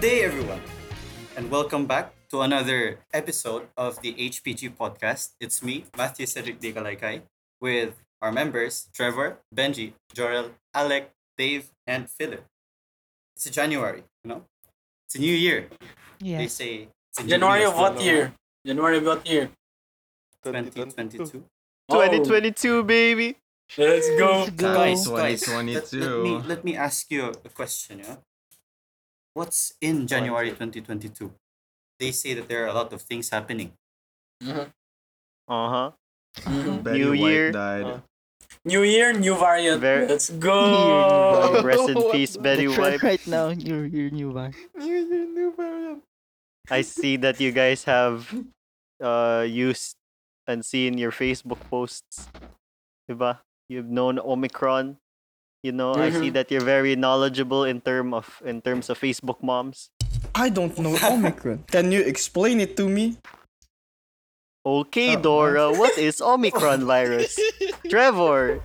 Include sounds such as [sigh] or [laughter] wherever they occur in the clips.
day, everyone, and welcome back to another episode of the HPG podcast. It's me, Matthew Cedric De Kalaikai, with our members Trevor, Benji, Jorel, Alec, Dave, and Philip. It's January, you know? It's a new year. They Yes. say it's a new January year of what for year? January of what year? 2022. 2022, baby. Oh, let's go. Let's [laughs] go. Guys, guys, let, let, 2022. me, let me ask you a question, yeah? What's in January 2022? They say that there are a lot of things happening. Uh Mhm. Betty New White Year. died. Uh, New year, new variant. Very- Let's huh. go. Rest in peace, Betty The trend White. right now, your your new one. I see that you guys have uh used and seen your Facebook posts. Diba? You've known Omicron. You know, I see that you're very knowledgeable in term of in terms of Facebook moms. I don't know Omicron. [laughs] Can you explain it to me? Okay, Dora, what is Omicron virus? Trevor,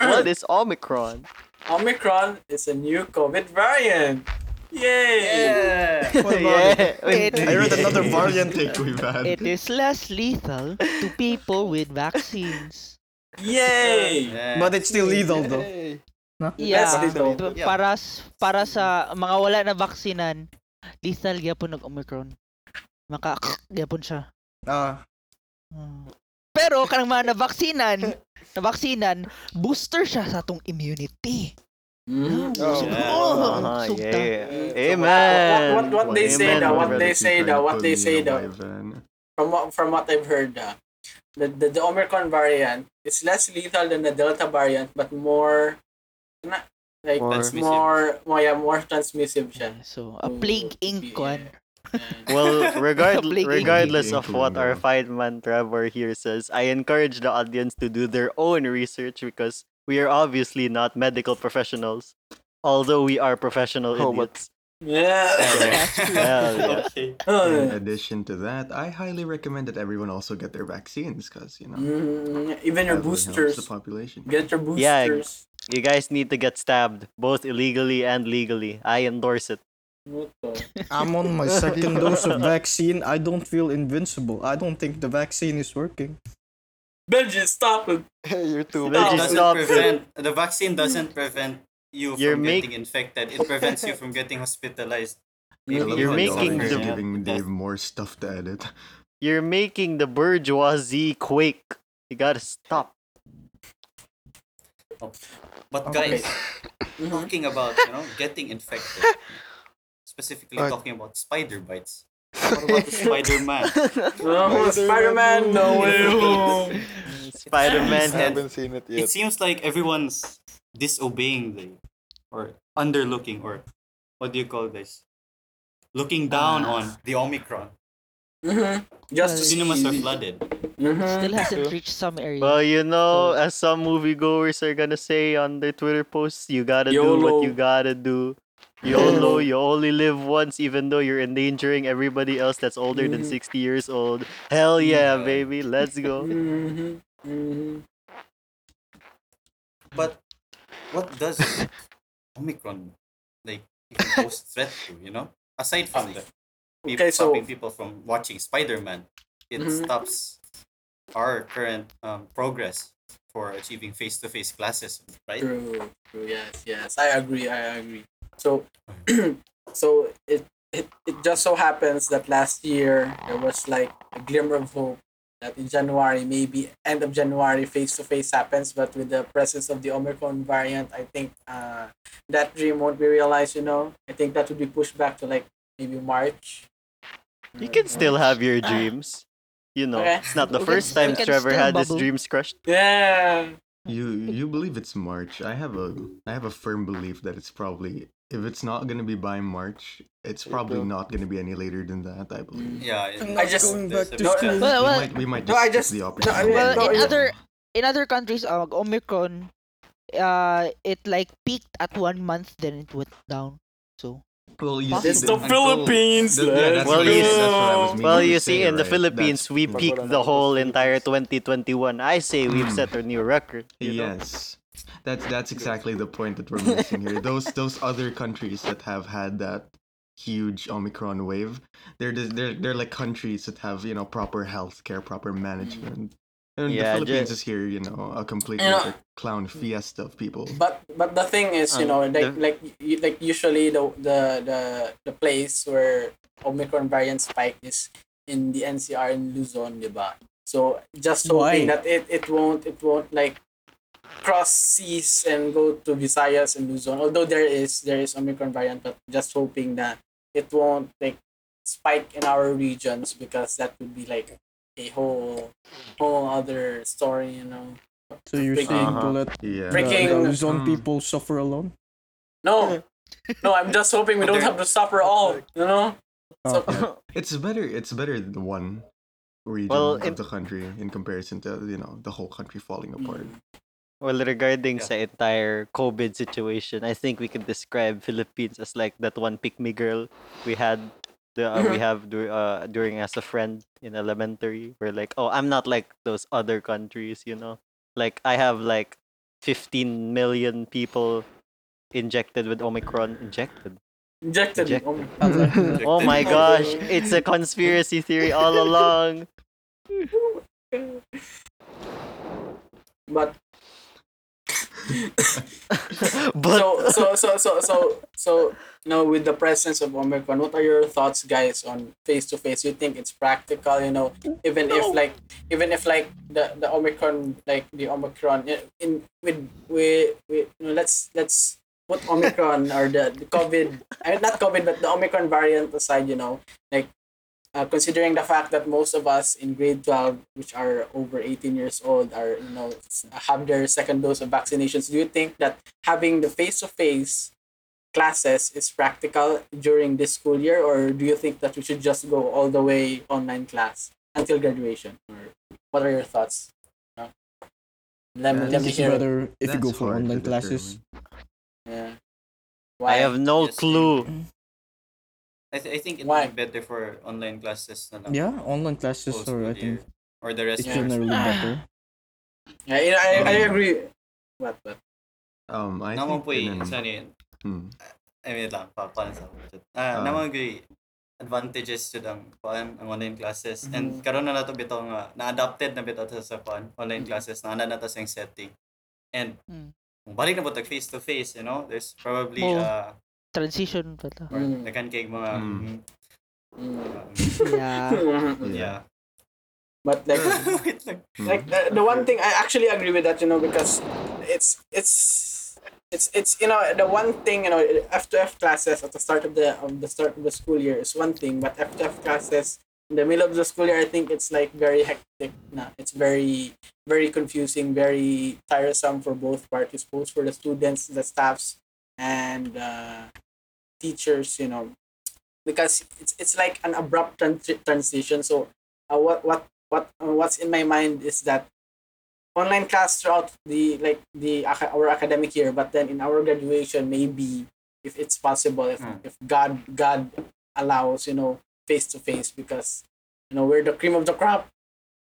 what is Omicron? Omicron is a new COVID variant. Yay! Yeah. [laughs] yeah. I read [laughs] It- [laughs] another variant take [laughs] we've had. It is less lethal to people with vaccines. Yay! But it's still lethal though. Less Yeah. lethal. pa- Yeah. Para s- para sa mga wala na baksinan, lethal gyapon ng Omicron. Maka [laughs] gyapon siya. Ah, Hmm. Pero kanang mga nabaksinan, nabaksinan, booster siya sa atong immunity. Mhm. So, Yeah. oh, Ah, [laughs] so ta- yeah. So Amen. What, what, what, what they say Amen, now, brother. what they say now, what they say now. Ivan. From what, from what I've heard, uh, the, the, the Omicron variant is less lethal than the Delta variant, but more, na, like, More- it's more, more, yeah, more transmissive siya. Yeah, So, a plague ink one. Well, regard- Completely. regardless of Completely what our agree. fine man Trevor here says, I encourage the audience to do their own research because we are obviously not medical professionals, although we are professional idiots. [laughs] Yeah. Hell yeah. okay. In Uh, addition to that, I highly recommend that everyone also get their vaccines because you know mm, even that your would help boosters. the population. Get your boosters. Yeah, You guys need to get stabbed, both illegally and legally. I endorse it. What the- I'm on my [laughs] second dose of vaccine. I don't feel invincible. I don't think the vaccine is working. Benji, stop it. You're It Stop. too Benji, Just doesn't stop it. prevent, the vaccine doesn't prevent you You're from make- getting infected. It prevents you from getting hospitalized. You- Maybe you're from making suffering, the- yeah. giving Dave more stuff to edit. You're making the bourgeoisie quake. You gotta stop. But Okay. guys, talking about you know getting infected, specifically Uh, talking about spider bites. What about the Spider [laughs] Man? Oh, Spider-Man, no way [laughs] home. Spider [laughs] I Man haven't seen it It yet. seems like everyone's disobeying the or underlooking or what do you call this? Looking down on the Omicron. Mhm. Just to see. Cinemas are flooded. Still Mhm. hasn't reached some area. Well, you know, as some moviegoers are gonna say on their Twitter posts, you gotta do YOLO. what you gotta do. YOLO, you only live once, even though you're endangering everybody else that's older than 60 years old. Hell Yeah. yeah, baby, let's go. Mhm. Mhm. But what does [laughs] Omicron like even pose threat to, you know? Aside from the people Okay, so- stopping people from watching Spider Man, it Mhm. stops our current um, progress for achieving face to face classes, right? True. True. Yes. Yes. I agree. I agree. So, [clears throat] so it, it it just so happens that last year there was like a glimmer of hope that in January, maybe end of January, face to face happens. But with the presence of the Omicron variant, I think uh, that dream won't be realized. You know, I think that would be pushed back to like maybe March. You [laughs] can still have your dreams. You know, Okay. it's not the We can- first we time can Trevor still had his bubble. dreams crushed. Yeah. You you believe it's March? I have a I have a firm belief that it's probably if it's not gonna be by March, it's probably not gonna be any later than that. I believe. Yeah, it- not I just- going there's a back to bit school. of- well, we well, might we might No, I just skip just- the no, I opposite. mean, Well, no, in yeah. other in other countries, uh, Omicron, uh, it like peaked at one month, then it went down. So well, you It's see, the until- the- yeah, that's Well, what I you- was- that's what I was meaning Well, to you say, see, in the right? Philippines, That's- we peaked the whole entire 2021. I say we've set a new record. You know? Yes. That's that's exactly the point that we're missing here. Those those other countries that have had that huge Omicron wave. They're just, they're they're like countries that have you know proper healthcare, proper management. And Yeah, the Philippines ju- is here, you know, a complete You know- like, clown fiesta of people. But but the thing is, you Um, know, like the- like you, like usually the the the the place where Omicron variant spike is in the NCR in Luzon, diba? So just hoping Why? that it, it won't it won't like cross seas and go to Visayas and Luzon. Although there is there is Omicron variant, but just hoping that it won't like spike in our regions because that would be like a whole whole other story, you know. So you're Breaking- saying to Uh-huh. let Yeah. the, Breaking- Hmm. the Luzon Mm. people suffer alone? No. No, I'm just hoping we don't have to suffer all, you know? So, Okay. It's better. It's better than one region Well, of in- the country in comparison to you know the whole country falling apart. Well, regarding Yeah. sa entire COVID situation, I think we can describe Philippines as like that one pick me girl we had the uh, Mm-hmm. we have dur- uh, during as a friend in elementary. We're like, oh, I'm not like those other countries, you know. Like I have like 15 million people injected with Omicron. Injected. injected. Injected. Um, Oh [laughs] my Injected. gosh, it's [laughs] a conspiracy theory all along. [laughs] [laughs] but but so, so, so, so, so, so, now with the presence of Omicron, what are your thoughts, guys, on face to face? You think it's practical, you know, even if like, even if like the, the Omicron, like the Omicron in, in with, with, with you know, let's, let's, what Omicron or the, the COVID, I mean, not COVID, but the Omicron variant aside, you know, like, uh, considering the fact that most of us in grade 12, which are over 18 years old, are, you know, s- have their second dose of vaccinations, do you think that having the face-to-face classes is practical during this school year or do you think that we should just go all the way online class until graduation or what are your thoughts No? let me, let I Yeah, think me it's hear it. better if you That's go for hard to online classes. yeah. I Why? have no Yes, yeah. clue. I, th- I think it Why? would be better for online classes na lang. Yeah, online classes whole school are, I think, year. Or the rest it's of Yeah. the generally better. Ah. yeah, you know, I, Mm. I agree what what Um, I Naman think po ganun. yung isa na yun. Hmm. I mean, Eh, lang, pa, paano sa Ah, Ah. naman ko yung advantages to ang kuan ang online classes and karon na nato bitaw nga na-adapted na bitaw to sa kuan online classes na ana na to sa yung setting and Mm. kung balik na po tag face to face you know there's probably Mo. uh Transition pa [laughs] to. or Mm. nakan kay mga Mm. mm, Mm. um, Yeah. Uh, [laughs] yeah [laughs] but like [laughs] Wait lang. hmm. Mm-hmm. like the, the one thing I actually agree with that you know because it's it's it's it's you know the one thing you know F to F classes at the start of the of the start of the school year is one thing but F to F classes in the middle of the school year I think it's like very hectic na it's very very confusing very tiresome for both parties both for the students the staffs and uh, teachers you know because it's it's like an abrupt tran- transition so uh, what what what uh, what's in my mind is that online class throughout the like the aca- our academic year but then in our graduation maybe if it's possible if, Hmm. Mm. if god god allows you know face to face because you know we're the cream of the crop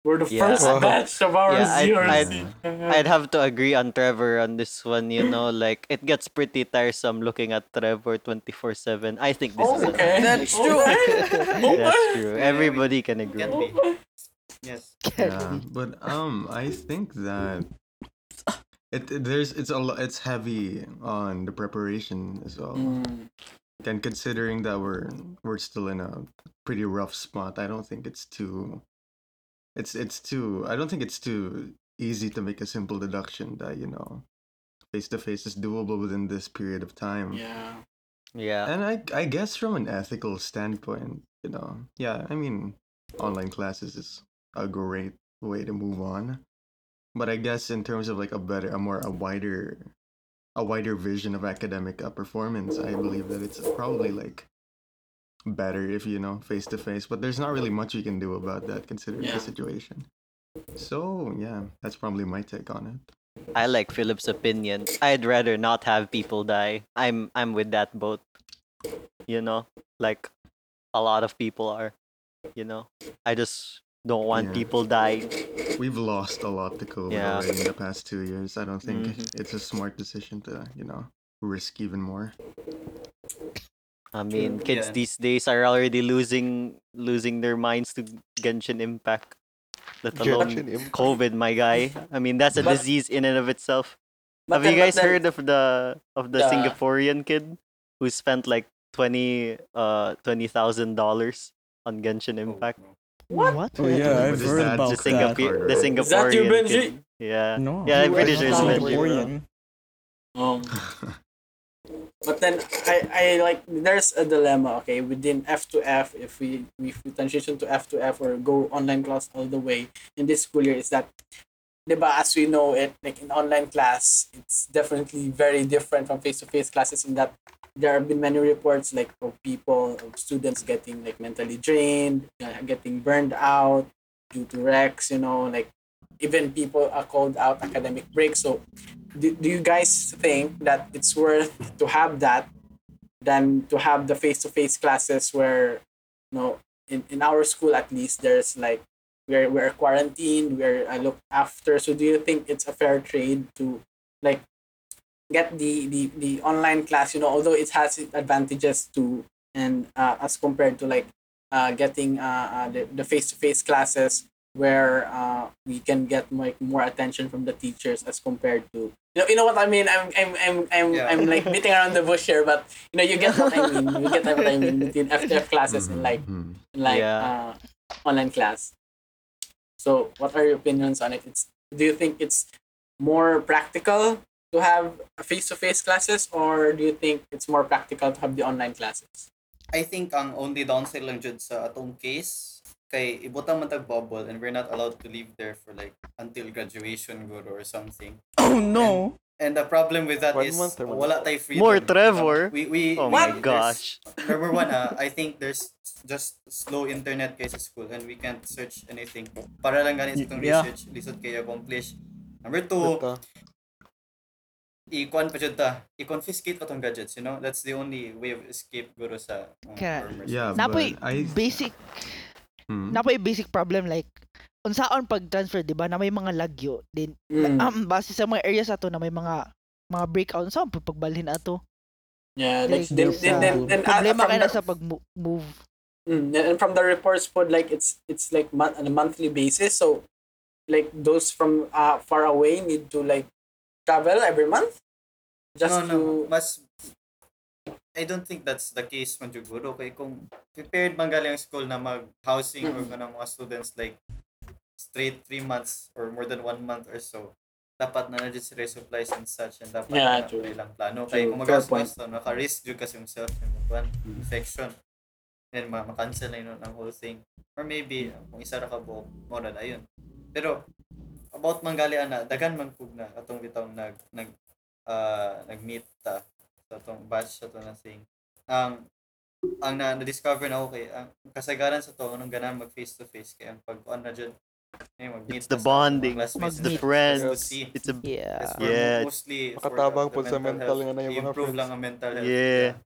we're the Yeah. first [laughs] batch of our Yeah, I- zeros I- I'd have to agree on Trevor on this one, you know, like it gets pretty tiresome looking at Trevor 24/7. I think this is oh, a- okay That's [laughs] true. That's true. Yeah, we Everybody can agree. can be yes yeah, but um, I think that it it- there's it's a lo- it's heavy on the preparation as well. Mm. And considering that we're we're still in a pretty rough spot, I don't think it's too it's it's too I don't think it's too easy to make a simple deduction that, you know, face to face is doable within this period of time. yeah Yeah. And I I guess from an ethical standpoint, you know, yeah, I mean online classes is a great way to move on. But I guess in terms of like a better a more a wider a wider vision of academic uh, performance, I believe that it's probably like better if you know face to face, but there's not really much you can do about that considering Yeah. the situation. So, yeah, that's probably my take on it. I like Philip's opinion. I'd rather not have people die. I'm I'm with that boat. You know, like a lot of people are, you know. I just don't want Yeah. people dying. We've lost a lot to COVID Yeah. already in the past two years. I don't think Mhm. it's a smart decision to, you know, risk even more. I mean, kids Yeah. these days are already losing losing their minds to Genshin Impact. Let alone Genshin Impact. COVID, my guy. I mean, that's a But- disease in and of itself. But Have then- you but guys then- heard of the of the Yeah. Singaporean kid who spent like twenty uh twenty thousand dollars on Genshin Impact? What? Oh yeah, I've What is heard that? about the, Just that. Singaporean, the Singaporean Is that your Benji? kid. Yeah. No. Yeah, I'm pretty It's sure it's not Benji. bro. Singaporean. Um, [laughs] But then I, I like there's a dilemma, okay, within F to F, if we if we transition to F to F or go online class all the way in this school year is that diba, as we know it, like in online class, it's definitely very different from face to face classes in that there have been many reports like of people of students getting like mentally drained, uh, getting burned out due to wrecks, you know, like even people are called out academic breaks. So do, do you guys think that it's worth to have that than to have the face-to-face classes where you know in, in our school at least there's like we're, we're quarantined we're uh, looked after so do you think it's a fair trade to like get the, the the online class you know although it has its advantages too and uh, as compared to like uh, getting uh, uh, the, the face-to-face classes where uh, we can get like more attention from the teachers as compared to you know, you know what I mean I'm I'm I'm I'm, Yeah. I'm like beating around the bush here but you know you get what I mean you get what I mean [laughs] between FTF classes and like Mhm. like Yeah. uh, online class so what are your opinions on it it's do you think it's more practical to have face-to-face classes or do you think it's more practical to have the online classes I think ang only downside lang dyan sa atong case kay ibutang man tag bubble and we're not allowed to leave there for like until graduation good or something. Oh no. And the problem with that One is month or one wala month? tayo freedom. More Trevor? We, we, Oh we- there's- my gosh. Number one, ah, I think there's just slow internet kay sa school and we can't search anything. Para lang ganit sa itong Yeah. research, lisod kayo accomplish. Number two, i-kwan pa dyan ta, i-confiscate pa tong gadgets, you know? That's the only way of escape guro sa um, Kaya- farmers. Yeah, Napoy but I basic Hmm. napoy basic problem like unsaon pag transfer 'di ba na may mga lagyo din Mm. Mm. um, base sa mga areas ato na may mga mga breakout sa pagbalhin ato Um, yeah like Like, then there's then a then, then uh, problema from kay the- na sa pag move Mm, and and from the reports put like it's it's like mon- on a monthly basis so like those from uh, far away need to like travel every month just no, no, to mas I don't think that's the case man jud guro kay kung prepared man galing ang school na mag housing or ganang mga students like straight three months or more than one month or so dapat na na sila yung supplies and such and dapat Yeah, na true. na ilang plano kay True. kung Fair magas point. na naka-risk jud kasi yung self and one infection then ma cancel na yun ang whole thing or maybe uh, kung isa ra ka buok mo na ayun pero about manggali ana dagan man kog na atong bitaw nag nag uh, nag-meet ta sa tong batch sa to na thing. Ang ang na, discover na ako kay ang kasagaran sa to nung ganan mag face to face kay ang pag on na dyan, eh, mag-meet It's the na sa mga bonding. classmates It's the na friends. just to see. It's a yeah Kasi we're Yeah. mostly for Makatabang the po sa mental nga na yung mga I-improve friends. lang ang mental health. Yeah.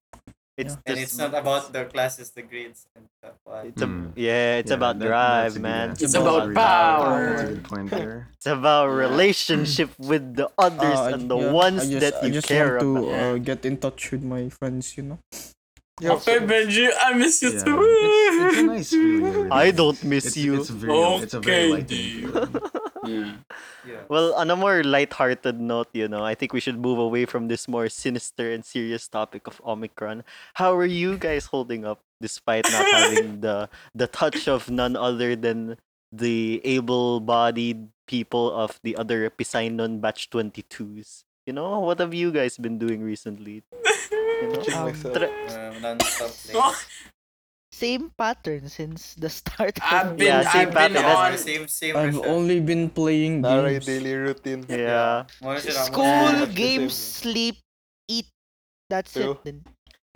It's Yeah. And just- it's not about the classes, the grades, and stuff. Why? It's a, Mm. yeah, it's Yeah, about that- drive, that's a good man. answer. It's about That's a good- power. That's a good point there. It's about relationship with the others Uh, and the yeah, ones I just, that I you just care want to about. uh, get in touch with my friends, you know. okay Benji I miss you Yeah. too It's, it's a nice feeling. it really I is. don't miss It's- you. It's, very, it's a Okay, very lighting dear. [laughs] feeling. Yeah. Well, on a more lighthearted note, you know, I think we should move away from this more sinister and serious topic of Omicron. How are you guys holding up despite not [laughs] having the the touch of none other than the able-bodied people of the other Pisainon batch 22s? You know, what have you guys been doing recently? You know? Watching Um, myself. Tra- Um, non-stop like, [laughs] same pattern since the start I've of been Yeah, same I've been pattern. on Same, same, same. I've research. only been playing Naray games. daily routine. yeah. More siya na- school Yeah. games sleep eat that's True. it then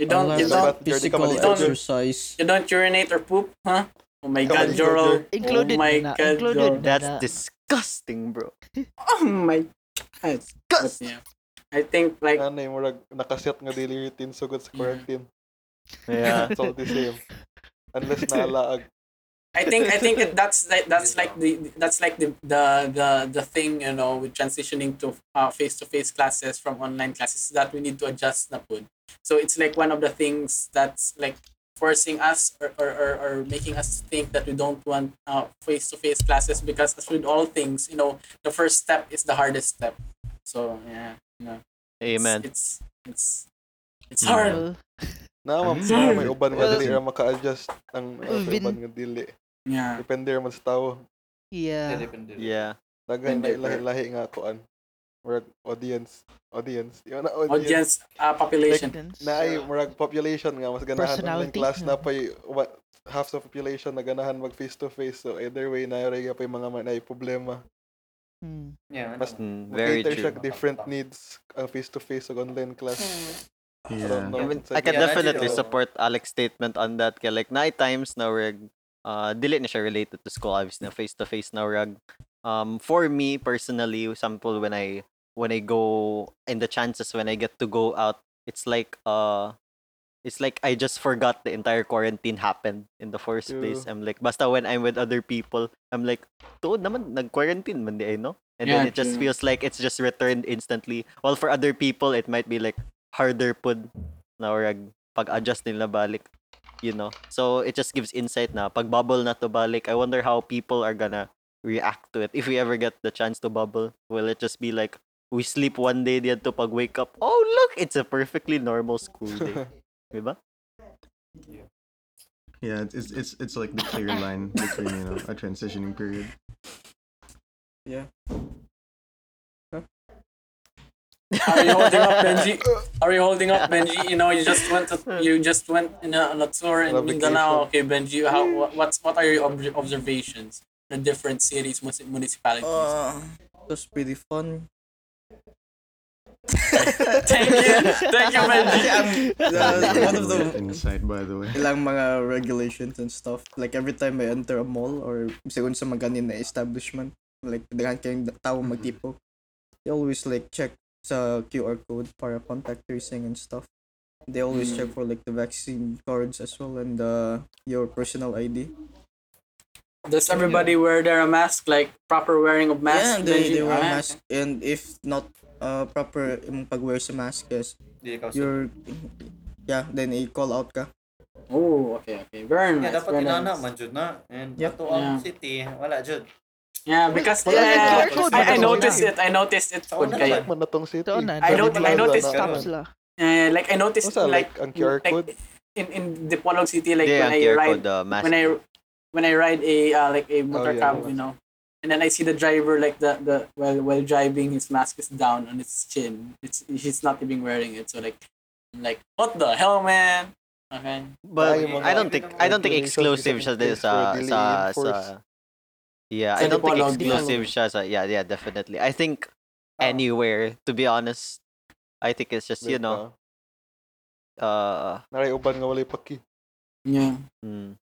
you don't Unless you Yeah, don't but- physical Jordi, come on. exercise. you don't urinate or poop huh oh my Come god on, Jorl Included oh my na, god included na. Jorl. That's Nana. disgusting, bro. oh my god but yeah I think like Nanay, Ano murag nakaset nga daily routine sugod sa quarantine. [laughs] Yeah. It's all the same. Unless naalaag. I think I think it, that's like that's like the that's like the the the, the thing you know with transitioning to face to face classes from online classes that we need to adjust na po. So it's like one of the things that's like forcing us or, or, or, or making us think that we don't want face to face classes because as with all things you know the first step is the hardest step. So yeah, you know, it's- Amen. It's it's it's hard. Well, Na ma'am, Mm. na may uban nga Well, dili ra maka-adjust ang ang sa Vin- uban nga dili. Yeah. Depende ra man sa tawo. yeah. Yeah. Dagan Depende, na lahi-lahi nga kuan. Murag audience, audience. Yo na audience. Audience uh, population. Na ay murag population nga mas ganahan online Personality. class na pay wa- half sa population na ganahan mag face to face. So either way na ra pay mga man ay problema. Hmm. Yeah, Mas- Mm, very Cater siya true. ka different needs ang face to face ug online class. [laughs] I don't Yeah. know. I, mean, Sa- I can Yeah, definitely that's true. support Alex's statement on that. Kaya like, night times na rag, uh, dili na siya related to school, obviously, na face-to-face na rag. Um, for me, personally, example, when I, when I go, and the chances when I get to go out, it's like, uh, it's like I just forgot the entire quarantine happened in the first place. I'm like, basta when I'm with other people, I'm like, tuod naman, nag-quarantine man di ay, no? And then Yeah, it just true. feels like it's just returned instantly. While for other people, it might be like harder pud na or pag-adjust nila balik, you know? So it just gives insight na pag bubble na to balik, I wonder how people are gonna react to it. If we ever get the chance to bubble, will it just be like, we sleep one day diyan to pag wake up, oh look, it's a perfectly normal school day. Diba? Yeah, it's it's it's, it's like the clear line between you know a transitioning period. Are you holding up, Benji? Are you holding up, Benji? You know, you just went to, you just went in a, on a tour in On a Mindanao. Okay, Benji, how wha- what's what are your ob- observations? The different cities, mus- municipalities. Uh, it was pretty [laughs] fun. Thank you, thank you, Actually, Benji. I'm, the- one of Great the insight, by the way. ilang mga regulations and stuff. Like every time I enter a mall or siguro sa maganin na establishment, like daghan kayong tao magtipo. They always like check sa QR code para contact tracing and stuff. They always check for like the vaccine cards as well and uh, your personal ID. Does everybody wear their mask? Like proper wearing of yeah, mask? and they, Benji? they wear Ah, mask and if not uh, proper yung pag-wear sa mask is Dili ka usap. you're yeah, then i-call out ka. okay. Oh, okay, okay. Yeah, Very nice. dapat very inana nice. man jud na. And Yep. ato ang Yeah. city, wala jud. Yeah, because Wala yeah, yung yeah, QR code, I, I wala. noticed it. I noticed it. Wala. Okay. Like man na tong city. Ito na. I don't- I noticed Ano, Stops ano? la. Uh, like I noticed, Usa, like, like, ang QR like, code? in in Dipolog City, like yeah, when ang I QR ride code, uh, mask. when I when I ride a uh, like a motor Oh, yeah, cab, yeah. you know, and then I see the driver like the the while while driving, his mask is down on his chin. It's he's not even wearing it. So like, I'm like what the hell, man? Okay. But Ay, mga I don't think I don't think regulations exclusive siya isang place sa where they sa sa reinforce. Yeah, Sa I don't think Dipolog. exclusive siya sa yeah, yeah, definitely. I think anywhere to be honest, I think it's just, you know, uh Naray uban diba? nga walay paki. Yeah. mm,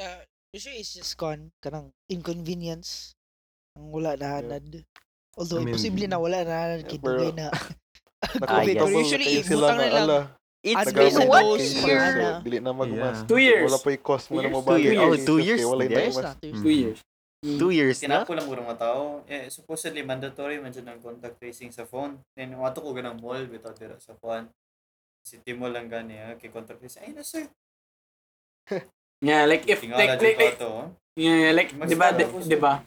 Uh, usually it's just gone kanang inconvenience ang wala na hanad. Although I mean, imposible na wala na hanad kay pero- dugay na. Ah, COVID. yes. Pero Nakakabot usually kayo sila ibutang nga, nila ala, it's As been based on nagabot one those kayo, year so na. Dili na magmask. Yeah. Two years. Wala pa yung cost mo Two na years. Two mabalik. years. Oh, two years Wala na, yes. Years [laughs] na, Hmm. two years. Two years. two years na. Tinapol ang murang matao. Eh, supposedly mandatory man jud ang contact tracing sa phone. Then ato ko ganang mall bitaw dira sa phone. City mall lang gani ha, kay contact tracing. Ay na sir. Yeah, like if Tingala like jud like, ko like ato. ha. yeah, yeah, like Mas- diba di, diba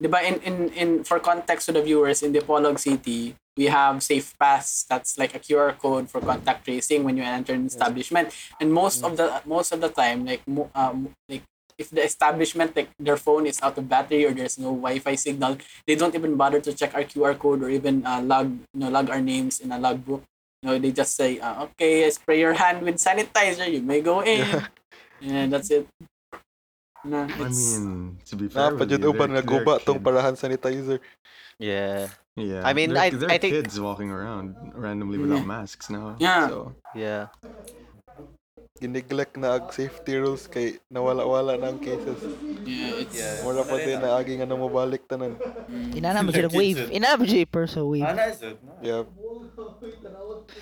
Diba in, in, in for context to the viewers in Dipolog City, we have Safe Pass that's like a QR code for contact tracing when you enter an establishment. And most of the most of the time like mo- um like if the establishment like their phone is out of battery or there's no Wi-Fi signal, they don't even bother to check our QR code or even uh, log you know, log our names in a logbook. You know, they just say, uh, "Okay, spray your hand with sanitizer. You may go [laughs] in." Yeah, that's it. No, I it's- mean, to be fair, Na pa with jud you, uban there- nga there are guba kids- tong parahan sanitizer. Yeah. Yeah, I mean, I- there, there I are think- Mm. kids walking around randomly without masks now. Yeah. So Yeah. Gineglect na ang safety rules kay nawala-wala na ang cases. yeah, it's Yeah. Wala pa din na agi nga na mabalik tanan. Ah, Inana mo siya ng wave. Inana mo siya yung person wave. Ana jud. no? Yeah.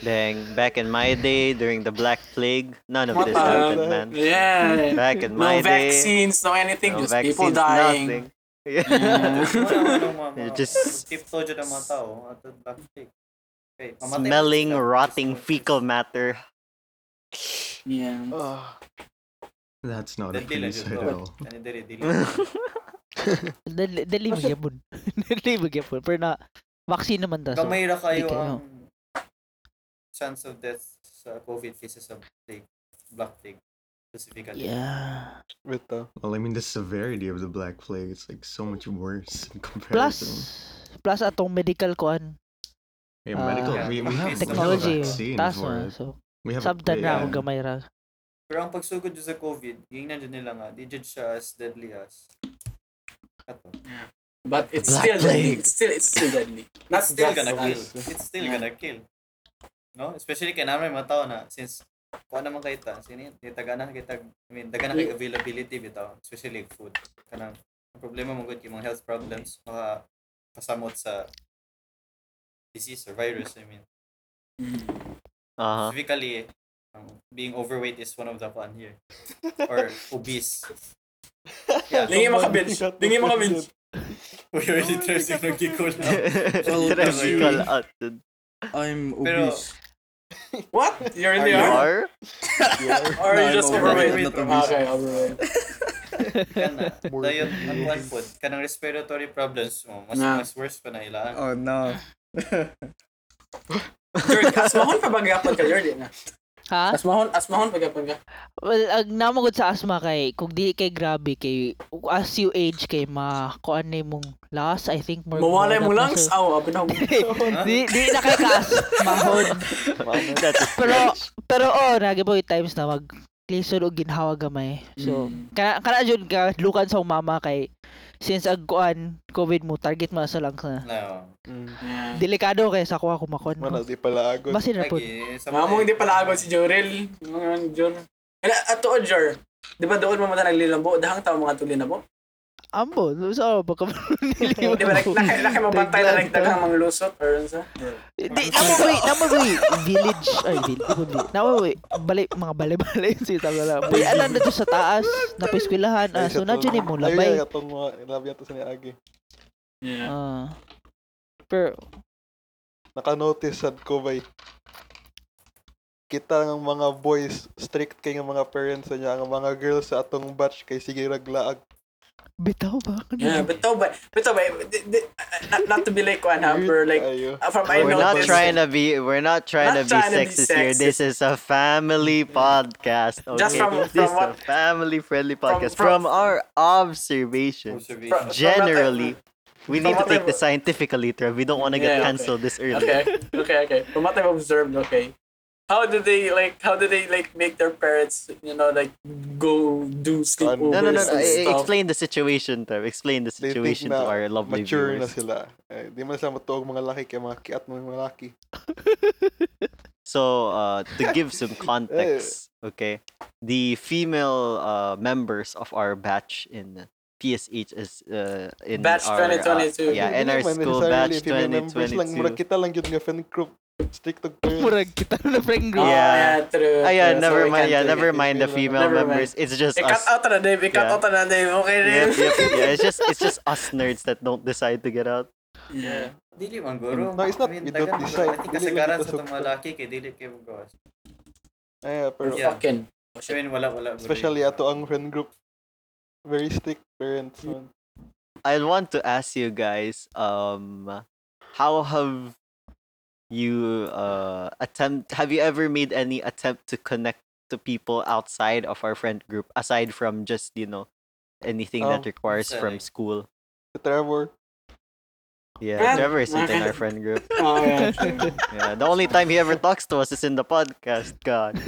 Dang, back in my day, during the Black Plague, none of What this the- happened, man. Yeah. Back in no my day, vaccines, no anything, no just people vaccines, dying. Mm. nothing. [laughs] Yeah. [laughs] Wala, Just Tiptoe dyan ang mga tao. ah. At the black cake. Okay, mamatay na smelling sila. rotting fecal matter. Yeah. Ah, That's not a Dili lang police yun, at no? all. Ano, dili, dili. Dali dali mo gyapon. [laughs] Dali mo gyapon. Pero na vaccine naman ta. So, Kamay ra kayo Di kayo. ang chance of death sa COVID cases of plague, black plague specifically. yeah. wait ah. Well, I mean, the severity of the Black Plague is like so much worse in [laughs] Plus comparison. plus atong medical kuan yeah, medical, uh, we, we have, we have a technology vaccine taas for na. it. So We have a sabtan na plague. ang gamay ra. Pero ang pagsugod dyan sa COVID, yung nandiyan nila nga, they judge siya as deadly as ato. But it's Black still deadly. plague. It's still it's still deadly. Not It's still gonna deadly. kill. It's still Yeah. gonna kill. No? Especially kay namin mga tao na since kuha naman kayo ta, sini, di taga na kita, I mean, taga na kay availability bitaw, especially food. Kanang, ang problema mo gud yung mga health problems, mga pasamot sa disease or virus, I mean. Mm-hmm. Uh-huh. Specifically, um, being overweight is one of the one here. or obese. Yeah, Lingi makabench. Lingi makabench. we already thirsty ng gigol [laughs] na. Oh. Tragical out. dude. I'm Pero- obese. What? You're in Are the You you arm? are? Or No, you're I'm just overweight, overweight? I'm not obese. Okay, overweight. Kana, More dayon ang obese. one food, kanang respiratory problems mo, mas Yeah. mas worse pa na ilaan. Oh no. Jordan, asmahon pa ba gapon ka, Jordan? ah? Ha? Asmahon, asmahon pa gapon ka. Well, ang namagod sa asma kay kung di kay grabe kay as you age kay ma kuan na mong last I think more Mawala mawala mo na lang [laughs] sa- sa awa, pinahog. di di na kay kas mahod. That's a Pero pero oh nagiboy times na mag lisod og ginhawa gamay. So kana kana jud ka lukan sa mama kay since ag kuan COVID mo target mo na sa lang na. No. Mm. Yeah. Delikado kay sa kuha kumakon. Mana di pala agod. Basin na po. Lagi, sa Mga mo hindi pala agad si Jorel. Mga Jor. Ano, ato o Jor? Di ba doon mamata naglilambo? Dahang tao mga tulinabo? Ambo, sa [laughs] pa ka Di ba, like, laki, laki mabantay na ah. nagdagang mga lusot or ano sa? Di, namoy, namoy, village, ay, village, kundi, namoy, bali, mga bali-bali, [laughs] si Tago lang. Uy, alam na to sa taas, napiskwilahan, ah, so na dyan eh, mula Ayun bay. na itong mga labi ato sa ni Agi. Yeah. Ah. Pero, Nakanotice sad ko bay. Kita ng mga boys, strict kay ng mga parents niya. Ang mga girls sa atong batch kay sige raglaag. bitaw ba? Yeah, but to ba, but to ba, di- di- not, not to be like one, ha, but like, Ayo. uh, from I We're know not this- trying to be we're not trying Not to be trying to be sexist here. This is a family podcast. Okay? Just from- from this is a what- family friendly podcast. from- From, our observation. observation. From- Generally, we from need what to take I've- this scientifically, Trev. We don't want to Yeah, get okay. cancelled this early. Okay, okay, okay. From what I've observed, okay. How do they like? How do they like make their parents, you know, like go do sleepovers No, no, no. no. and e- e- stuff? Explain the situation, Trev. Explain the They think situation to na our lovely mature na viewers. sila. Eh, di man sila matuog mga laki kay mga kiat ng mga laki. So, uh, to give [laughs] some context, okay, the female uh, members of our batch in PSH is uh, in Batch our, uh, 2022. yeah, in Hindi our naman school necessarily batch female members Lang, murag 2022. kita lang yun nga friend group. Strict to girls. [laughs] Murag kita na friend Ah, group. Yeah. true. Ah, yeah, true. So never we mind. can't Yeah, do never it. mind the Never female mind. members. It's just Eh, cut us. out na, Dave. I-cut Yeah. out na, Dave. Okay, Yep, Dave. yep, yeah, it's just [laughs] it's just us nerds that don't decide to get out. Yeah. Dili man guro. Mm. No, it's I not. mean, You don't dagan- I decide. think Dili lang kasagaran kita sa itong mga sugpo. laki kay dili kay magawas. Eh, pero Yeah. Fucking. I mean, wala wala. guro especially yun. ato ang friend group. Very strict parents. man. I want to ask you guys, um, how have you uh attempt? Have you ever made any attempt to connect to people outside of our friend group, aside from just you know anything that Um, requires from selling. school? Si Trevor. Yeah, Well, Trevor isn't in okay. our friend group. Oh, yeah. true. Yeah, the only time he ever talks to us is in the podcast. [laughs] God.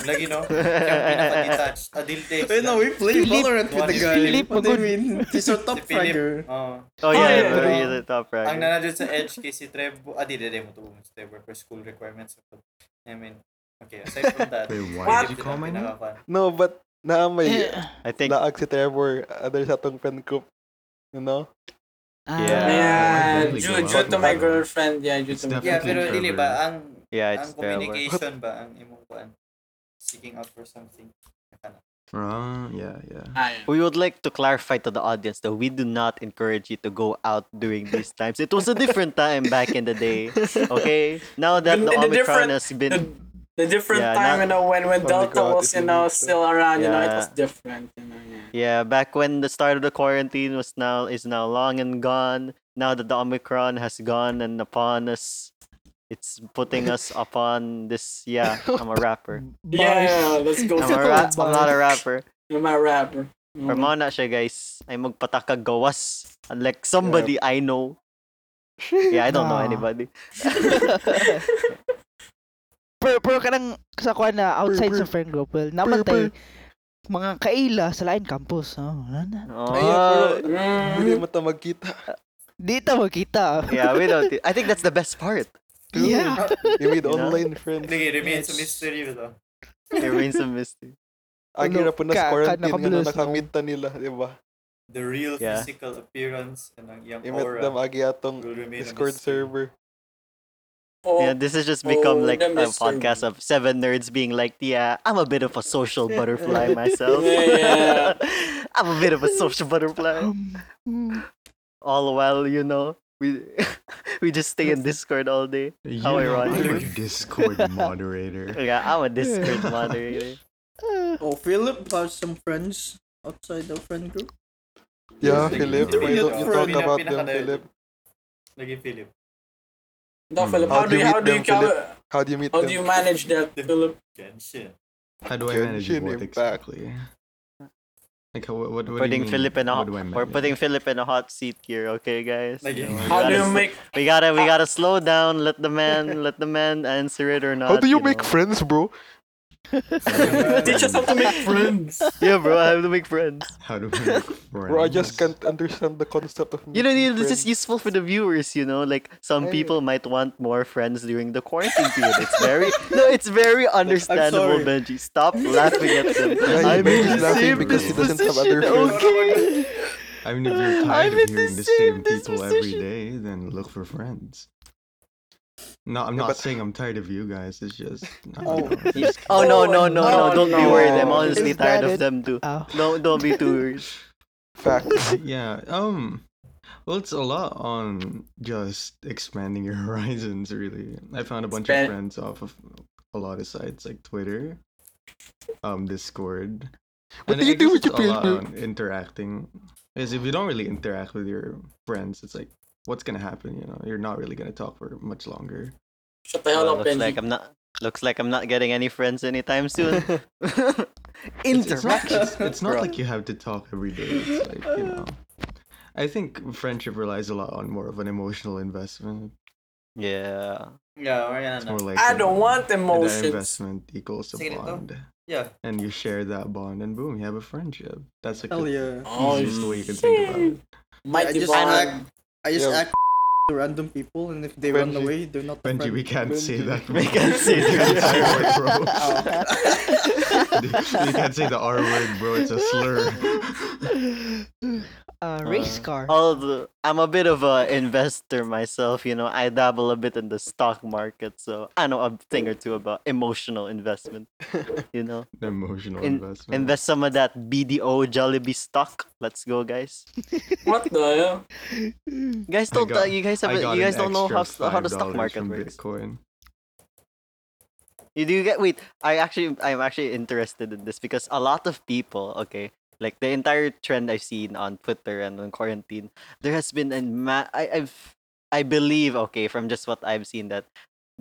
Lagi no. Yung pinaka-detached. Ah, dili text. Wait, no, we play Philip- Valorant with the Si guy. Philip what do you Magud. mean? He's our top Si Philip. fragger. Oo. Oh yeah, yeah, Trevor yeah. is a top Ang ranker. nanadyan sa edge kay si Trevo. Ah, dili dili mo to si Trevo for school requirements. I mean, okay, aside from that. Wait, why What? did you call my name? pinaka-fan. No, but [laughs] naamay. I think Laag si Trevor. uh, Other sa atong friend group. You know? Ah. Yeah. Yeah, Really due, go due out to with my that. girlfriend. Yeah, due It's to my definitely Yeah, pero dili ba ang Yeah, Ang it's terrible. communication ba ang imong kuan? Seeking out for something. Ah, yeah, yeah. Ah, yeah. We would like to clarify to the audience that we do not encourage you to go out during these times. It was a different time back in the day. Okay? Now that The- the the Omicron different- has the, been the different Yeah, time, not- you know, when, when From the Delta crowd, was, if you you know, need to- still around, you know, it Yeah. was different, you know, yeah. Yeah, back when the start of the quarantine was now is now long and gone. Now that the Omicron has gone and upon us, it's putting us upon this. Yeah, I'm a [laughs] rapper. Yeah, let's go I'm, [laughs] for a that. ra- I'm not a rapper. You're my rapper. Or Mm. mao na siya, guys. Ay magpatakag gawas. Unlike somebody I know. Yeah, I don't know Ah. anybody. pero pero kanang sa kuan na outside sa friend group well namantay mga kaila sa lain campus no wala na Oh, Ay, yeah, pero hindi Mm. mo ta magkita. di ta makita yeah, we [laughs] don't. e-, I think that's the best part. yeah You made You know? online friends. Sige, remains a Yes. mystery ba? It remains a [laughs] mystery. Ano, Ang Ah, hirap po na ka- sa ka- quarantine nga nakablos, na nakamita nila, di ba? The real Yeah. physical appearance and ang iyang I-met aura them agi atong will remain a Discord mystery. server. Oh, Yeah, this has just become Oh, like the a mystery. podcast of seven nerds being like, yeah, I'm a bit of a social butterfly myself. Yeah. [laughs] I'm a bit of a social butterfly. All while, you know, we [laughs] we just stay in Discord all day. You How know, I'm a ironic. [laughs] Discord moderator. Yeah, I'm a Discord moderator. Oh, Philip has some friends outside the friend group. Yeah, Yes, Philip. they- Why they- don't you they- talk Pinaka- about pinaka- them, Philip? Lagi Philip. no, Philip, Mm. how do you, how meet do you, them, Philip? cover- How do you meet how them? do you manage that, Philip? Genshin. How do I Genshin manage what Impact. exactly? Like, how- what, what, what do you putting mean, Philip in a how do I we're manage? putting Philip in a hot seat here, okay, guys? Like, You know, we How do gotta you s- make We gotta ah! we gotta slow down. Let the man let the man answer it or not. How do you make know. friends, bro? teach us how to [laughs] make friends? Yeah, bro, I have to make friends. How do I [laughs] make Bro, I just friends? can't understand the concept of You know, making you- this is friends. useful for the viewers. You know, like some Hey. people might want more friends during the quarantine period. It's very [laughs] no, it's very understandable, sorry. Benji. [laughs] Stop laughing at them. Yeah, I'm in Benji's the laughing same because he doesn't have other disposition. Okay. friends. I mean, if [laughs] you're I'm tired in of the hearing the same same people every disposition. day, then look for friends. No, I'm Yeah, not but- saying I'm tired of you guys. It's just. No, Oh. no, I'm just Oh no no no Oh, no! Don't be no. worried. I'm honestly Is that tired of it? them too. oh. No, don't be too [laughs] worried. Facts. kidding. yeah. Um. Well, it's a lot on just expanding your [laughs] horizons. Really, I found a bunch Expand- of friends off of a lot of sites like Twitter, um, Discord. And What do I you do guess with it's your a friends, lot bro? on interacting? Is if you don't really interact with your friends, it's like what's gonna happen? You know, you're not really gonna talk for much longer. Shut the hell Well, up, looks like Benji. I'm not. Looks like I'm not getting any friends anytime [laughs] soon. It's- It's not, Interactions. it's, it's not like you have to talk every day. It's like you know. I think friendship relies a lot on more of an emotional investment. Yeah. Yeah, Mariana. It's more like I a- don't want That emotions. investment equals Sige a dito. bond, Yeah. and you share that bond, and boom, you have a friendship. That's like Hell yeah. the Oh, easiest way you can think about it. I mighty just Bond. act, I just Yeah. act to random people, and if they run Benji. away, they're not. a Benji, we friend. can't say Benji. that. We can't say We can't that. say that, [laughs] bro. we can't say the R word, bro. It's a slur. [laughs] uh, race car oh, Although I'm a bit of a investor myself, you know, I dabble a bit in the stock market, so I know a thing or two about emotional investment. You [laughs] know, Emotional In- investment. invest some of that BDO Jollibee stock. Let's go, guys. What the hell? You guys I don't. got- uh, you guys I haven't. got You an guys don't know how extra how the stock $5 market from works. Bitcoin. You do get wait. I actually I'm actually interested in this because a lot of people, okay, like the entire trend I've seen on Twitter and on quarantine, there has been a ma- I, I've I believe okay from just what I've seen that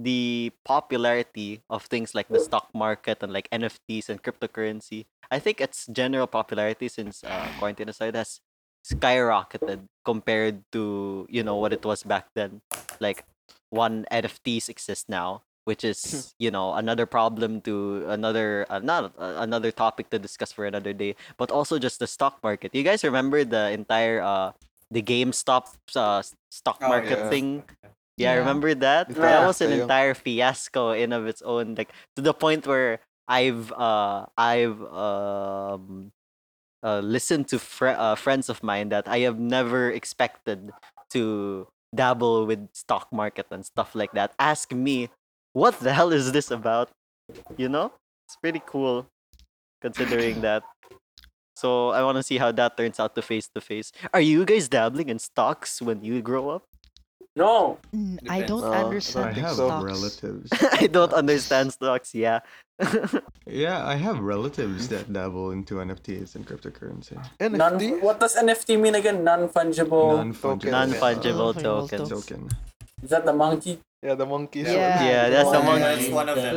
the popularity of things like the stock market and like NFTs and cryptocurrency, I think its general popularity since uh, quarantine aside has skyrocketed compared to you know what it was back then. Like one NFTs exist now, which is you know another problem to another uh, not uh, another topic to discuss for another day. But also just the stock market. You guys remember the entire uh the GameStop uh, s- stock Oh, market yeah. thing? Yeah, I Yeah. remember that? The That was fiasco, an yeah. entire fiasco in of its own, like to the point where I've uh I've um uh listened to fr- uh, friends of mine that I have never expected to dabble with stock market and stuff like that. Ask me what the hell is this about? You know? It's pretty cool considering that. So I want to see how that turns out to face to face. Are you guys dabbling in stocks when you grow up? [laughs] No. Mm, I Depends. don't Uh, I I understand think have so. stocks. relatives. I don't understand stocks, yeah. Yeah, I have relatives that dabble into NFTs and cryptocurrency. NFT? Non, what does NFT mean again? Non-fungible. Non-fungible Non-fungible. Non-fungible uh, tokens. tokens. token. Is that the monkey? Yeah, the monkeys. Yeah. Yeah, that's the one- one. that's one of them.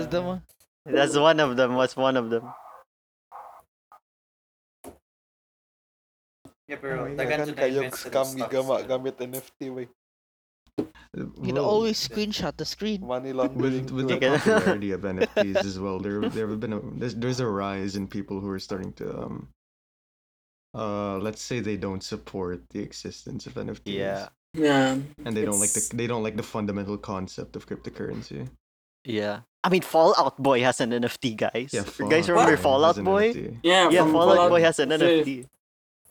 That's the one. That's one of them. That's one of them. Yeah, pero tagan Dagan to na kayo invest sa scam ni stocks. gama gamit NFT way. You can Well, always screenshot the screen. Money with, laundering. with the too. Taken. popularity of NFTs as well, there there have been a, there's, there's a rise in people who are starting to um uh let's say they don't support the existence of NFTs. Yeah. Yeah. And they don't like It's- the they don't like the fundamental concept of cryptocurrency. Yeah. I mean, Fallout Boy has an NFT, guys. Yeah, you guys remember Fallout Boy? Yeah. Yeah, from Fallout Boy has an Boy. NFT.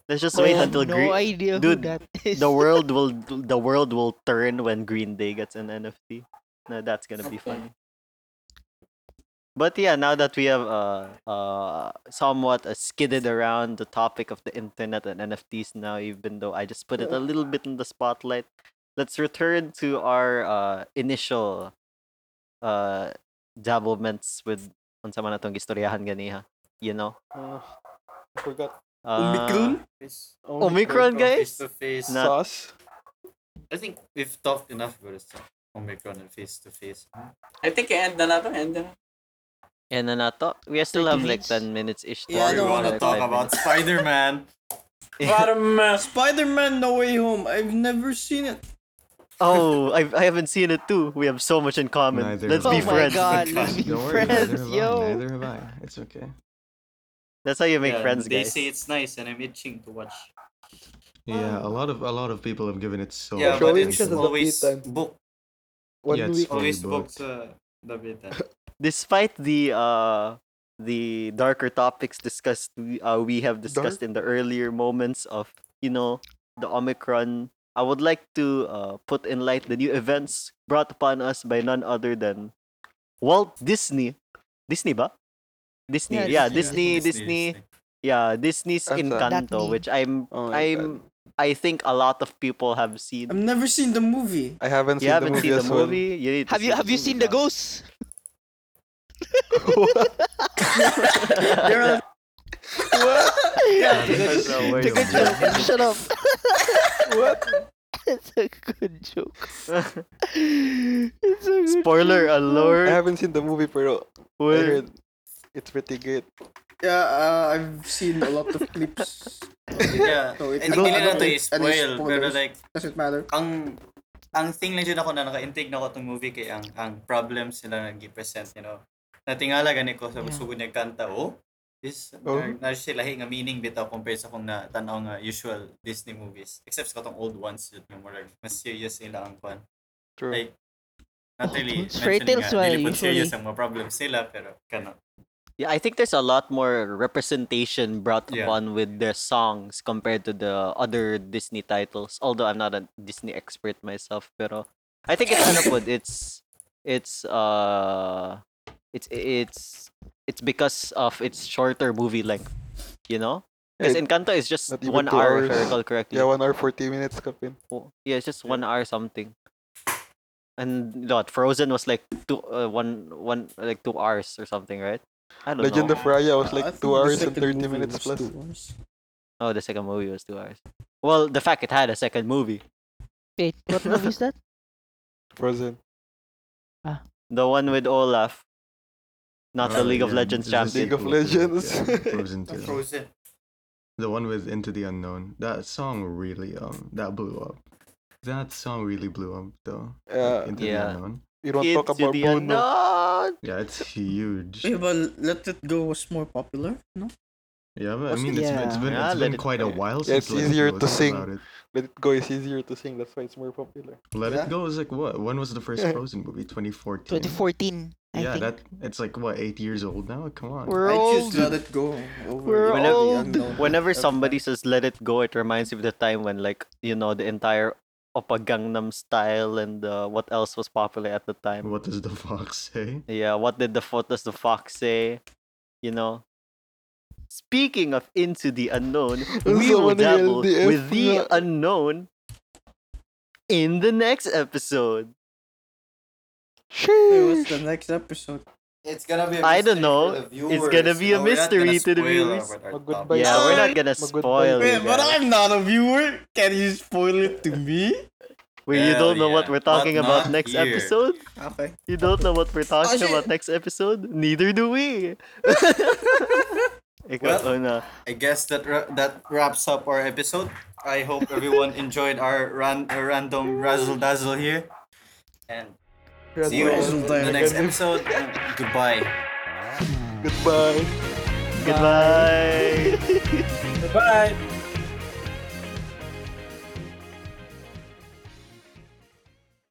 Let's just I wait have until no Green idea who Dude, that is. [laughs] the world will the world will turn when Green Day gets an NFT. No, that's gonna be Okay. funny. But yeah, now that we have uh uh somewhat uh, skidded around the topic of the internet and NFTs now, even though I just put it a little bit in the spotlight, let's return to our uh initial uh dabblements with unsa man atong istoryahan ganiha. You know? Ah, I forgot. Uh, Face- face Omicron, guys? to face. Na- Not- Sauce. I think we've talked enough about this. Omicron and face to face. I think end na nato. End na. Yan na nato. Uh, We still have like minutes? 10 minutes ish. Yeah, I we don't want to wanna talk about Spider Man. Parang uh, Spider-Man No Way Home. I've never seen it. Oh, I, I haven't seen it too. We have so much in common. Neither Let's have be I. oh my friends. god, Don't let's be [laughs] Don't worry, neither friends, have I. yo. Neither have I. It's okay. [laughs] That's how you [laughs] make Yeah, friends, They guys. say it's nice, and I'm itching to watch. Yeah, a lot of a lot of people have given it so yeah, much but Showing it's siya attention. sa always lapitan. book. One Yeah, it's week. fully Always book uh, booked. sa lapitan. Despite the uh the darker topics discussed, we, uh, we have discussed in the earlier moments of you know the Omicron. I would like to uh, put in light the new events brought upon us by none other than Walt Disney. Disney ba? Disney. Yeah, Yeah, Disney, Disney, Disney. Yeah, Disney's That's a- Encanto, Daphne. which I'm Oh my I'm God. I think a lot of people have seen. I've never seen the movie. I haven't you seen haven't the movie seen the as well. movie. You need to Have see you have you seen the movie ghost? [laughs] now. There are yeah, Yeah, it's that's a a good, way it's a good of doing joke. it. Shut up. What? it's a good joke. It's a good [laughs] [laughs] Spoiler joke. I alert. haven't seen the movie, pero I Well, heard it's pretty good. Yeah, uh, I've seen a lot of clips. yeah. [laughs] So it- And I don't- hindi na I don't to think any spoil, pero spoilers. like, Does it matter? ang ang thing lang dyan ako na naka-intake na ako itong movie kay ang ang problems sila nag present you know. Natingala gani ko sa Yeah. sugod niya kanta oh. This Oh. na, na siya lahi nga meaning bitaw compared sa kung na tanaw nga usual Disney movies. Except sa katong old ones yun yung more mas serious nila ang kwan. True. Like not Old Oh, really ones? Fairy mentioning tales nga, ba, dili po serious usually? ang mga problems nila pero kana. yeah, I think there's a lot more representation brought Yeah. upon with their songs compared to the other Disney titles. Although I'm not a Disney expert myself, pero I think it's ano po, it's it's uh it's it's it's because of its shorter movie length, you know? Because Yeah, it- Encanto is just not even one two hour, if I hours. recall correctly. Yeah, 1 hour 40 minutes kapin. Oh, yeah, it's just one hour something. And what Frozen was like two, uh, one, one, like two hours or something, right? I don't Legend know. of Raya was I like think Ah, 2 the hours and second 30 movie minutes was plus. two hours. oh, the second movie was two hours. Well, the fact it had a second movie, Wait, what movie is that? Frozen. the one with Olaf, not the Oh, League of yeah, Legends there's a champion. League sequel to it, of Legends. yeah, Frozen 2. Frozen. The one with Into the Unknown. That song really um that blew up. That song really blew up though. like, Yeah. Into Yeah. the Unknown. You Uh, don't talk Kids to about the Bruno. unknown. Yeah, it's huge. Eh, well, Let It Go was more popular, no? Yeah, but I What's mean it- it's been it's Yeah. been, Yeah, it's let been it quite a play. while Yeah, since it's Let It easier Go to was sing. about it. Let it go. It's easier to sing. That's why it's more popular. Let Yeah. It Go is like what? When was the first Yeah. Frozen movie? 2014. 2014, I yeah, think. that it's like what, eight years old now? Come on. We're I old. choose Let It Go over We're Into the old. Unknown. Whenever Every somebody time. says "Let it go," it reminds me of the time when, like, you know, the entire Oppa Gangnam Style and uh, what else was popular at the time. What does the fox say? Yeah, what did the what does the fox say? You know. Speaking of into the unknown, we Someone will dabble LDF with the na. unknown in the next episode. Wait, what's the next episode? It's gonna be. a I don't mystery know. for the It's gonna viewers, be you know, a we're not mystery gonna to the spoil our- viewers. our Well, goodbye. topics. Yeah, we're not gonna Mag-goodbye. spoil Wait, you guys. not a viewer. Can you spoil it to me? Wait, you don't Hell know what yeah. we're talking But about not next here. episode? Okay. You don't know what we're talking shit. about next episode? Neither do we. Ikaw Well, una. I guess that ra- that wraps up our episode. I hope [laughs] everyone enjoyed our ran- uh, random razzle dazzle here, and see you Razzle in the dazzle. next episode. and Goodbye. Goodbye. Goodbye. Bye.